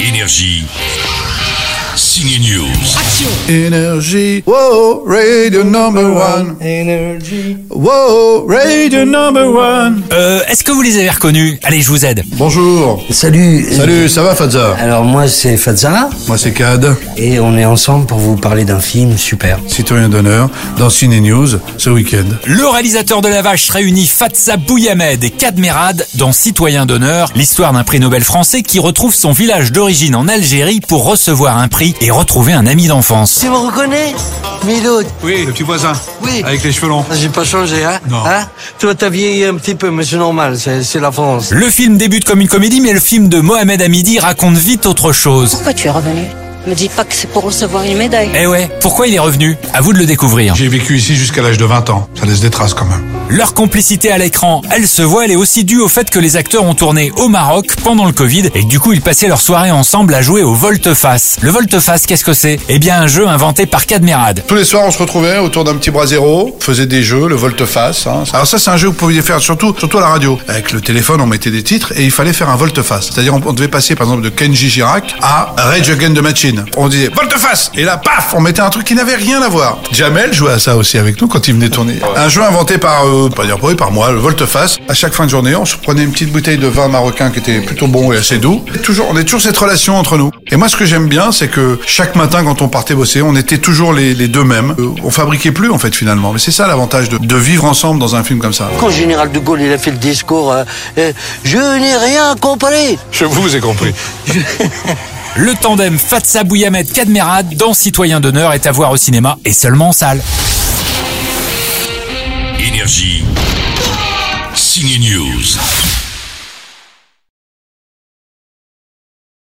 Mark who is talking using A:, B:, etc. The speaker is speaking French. A: Énergie. Signe News.
B: Énergie, wow, radio number one.
C: Energy.
B: Wow, radio number one.
D: Euh, est-ce que vous les avez reconnus Allez, je vous aide.
B: Bonjour.
C: Salut.
B: Salut, ça va Fadza
C: Alors moi c'est Fazara
B: Moi c'est Cad,
C: et on est ensemble pour vous parler d'un film super.
B: citoyen d'honneur, dans Ciné News ce week-end.
D: Le réalisateur de La Vache réunit Fatsa Bouyamed et Kadmerad dans Citoyen d'honneur, l'histoire d'un prix Nobel français qui retrouve son village d'origine en Algérie pour recevoir un prix et retrouver un ami d'enfance.
E: Tu me reconnais Miloud
F: Oui, le petit voisin.
E: Oui.
F: Avec les cheveux longs.
E: J'ai pas changé, hein
F: Non.
E: Hein Toi, t'as vieilli un petit peu, mais c'est normal, c'est c'est la France.
D: Le film débute comme une comédie, mais le film de Mohamed Hamidi raconte vite autre chose.
G: Pourquoi tu es revenu Me dis pas que c'est pour recevoir une médaille.
D: Eh ouais, pourquoi il est revenu À vous de le découvrir.
B: J'ai vécu ici jusqu'à l'âge de 20 ans, ça laisse des traces quand même.
D: Leur complicité à l'écran, elle se voit, elle est aussi due au fait que les acteurs ont tourné au Maroc pendant le Covid et que du coup ils passaient leur soirée ensemble à jouer au volte-face. Le volte-face, qu'est-ce que c'est Eh bien un jeu inventé par Cadmerad.
B: Tous les soirs, on se retrouvait autour d'un petit brasero, on faisait des jeux, le volte-face. hein. Alors ça, c'est un jeu que vous pouviez faire surtout, surtout à la radio. Avec le téléphone, on mettait des titres et il fallait faire un volte-face. C'est-à-dire, on, on devait passer, par exemple, de Kenji Girac à Rage Against the Machine. On disait volte-face et là, paf, on mettait un truc qui n'avait rien à voir. Jamel jouait à ça aussi avec nous quand il venait tourner. Un jeu inventé par, euh, pas dire pour lui, par moi, le volte-face. À chaque fin de journée, on se prenait une petite bouteille de vin marocain qui était plutôt bon et assez doux. Et toujours, on est toujours cette relation entre nous. Et moi, ce que j'aime bien, c'est que chaque matin, quand on partait bosser, on était toujours les, les deux mêmes. Euh, on fabriquait plus, en fait, finalement. Mais c'est ça l'avantage de, de vivre ensemble dans un film comme ça.
E: Quand le général de Gaulle, il a fait le discours, euh, euh, je n'ai rien compris
F: Je vous ai compris.
D: Le tandem Fatsa Bouyamed Cadmerad dans Citoyen d'honneur est à voir au cinéma et seulement en salle.
A: Énergie. Signe News.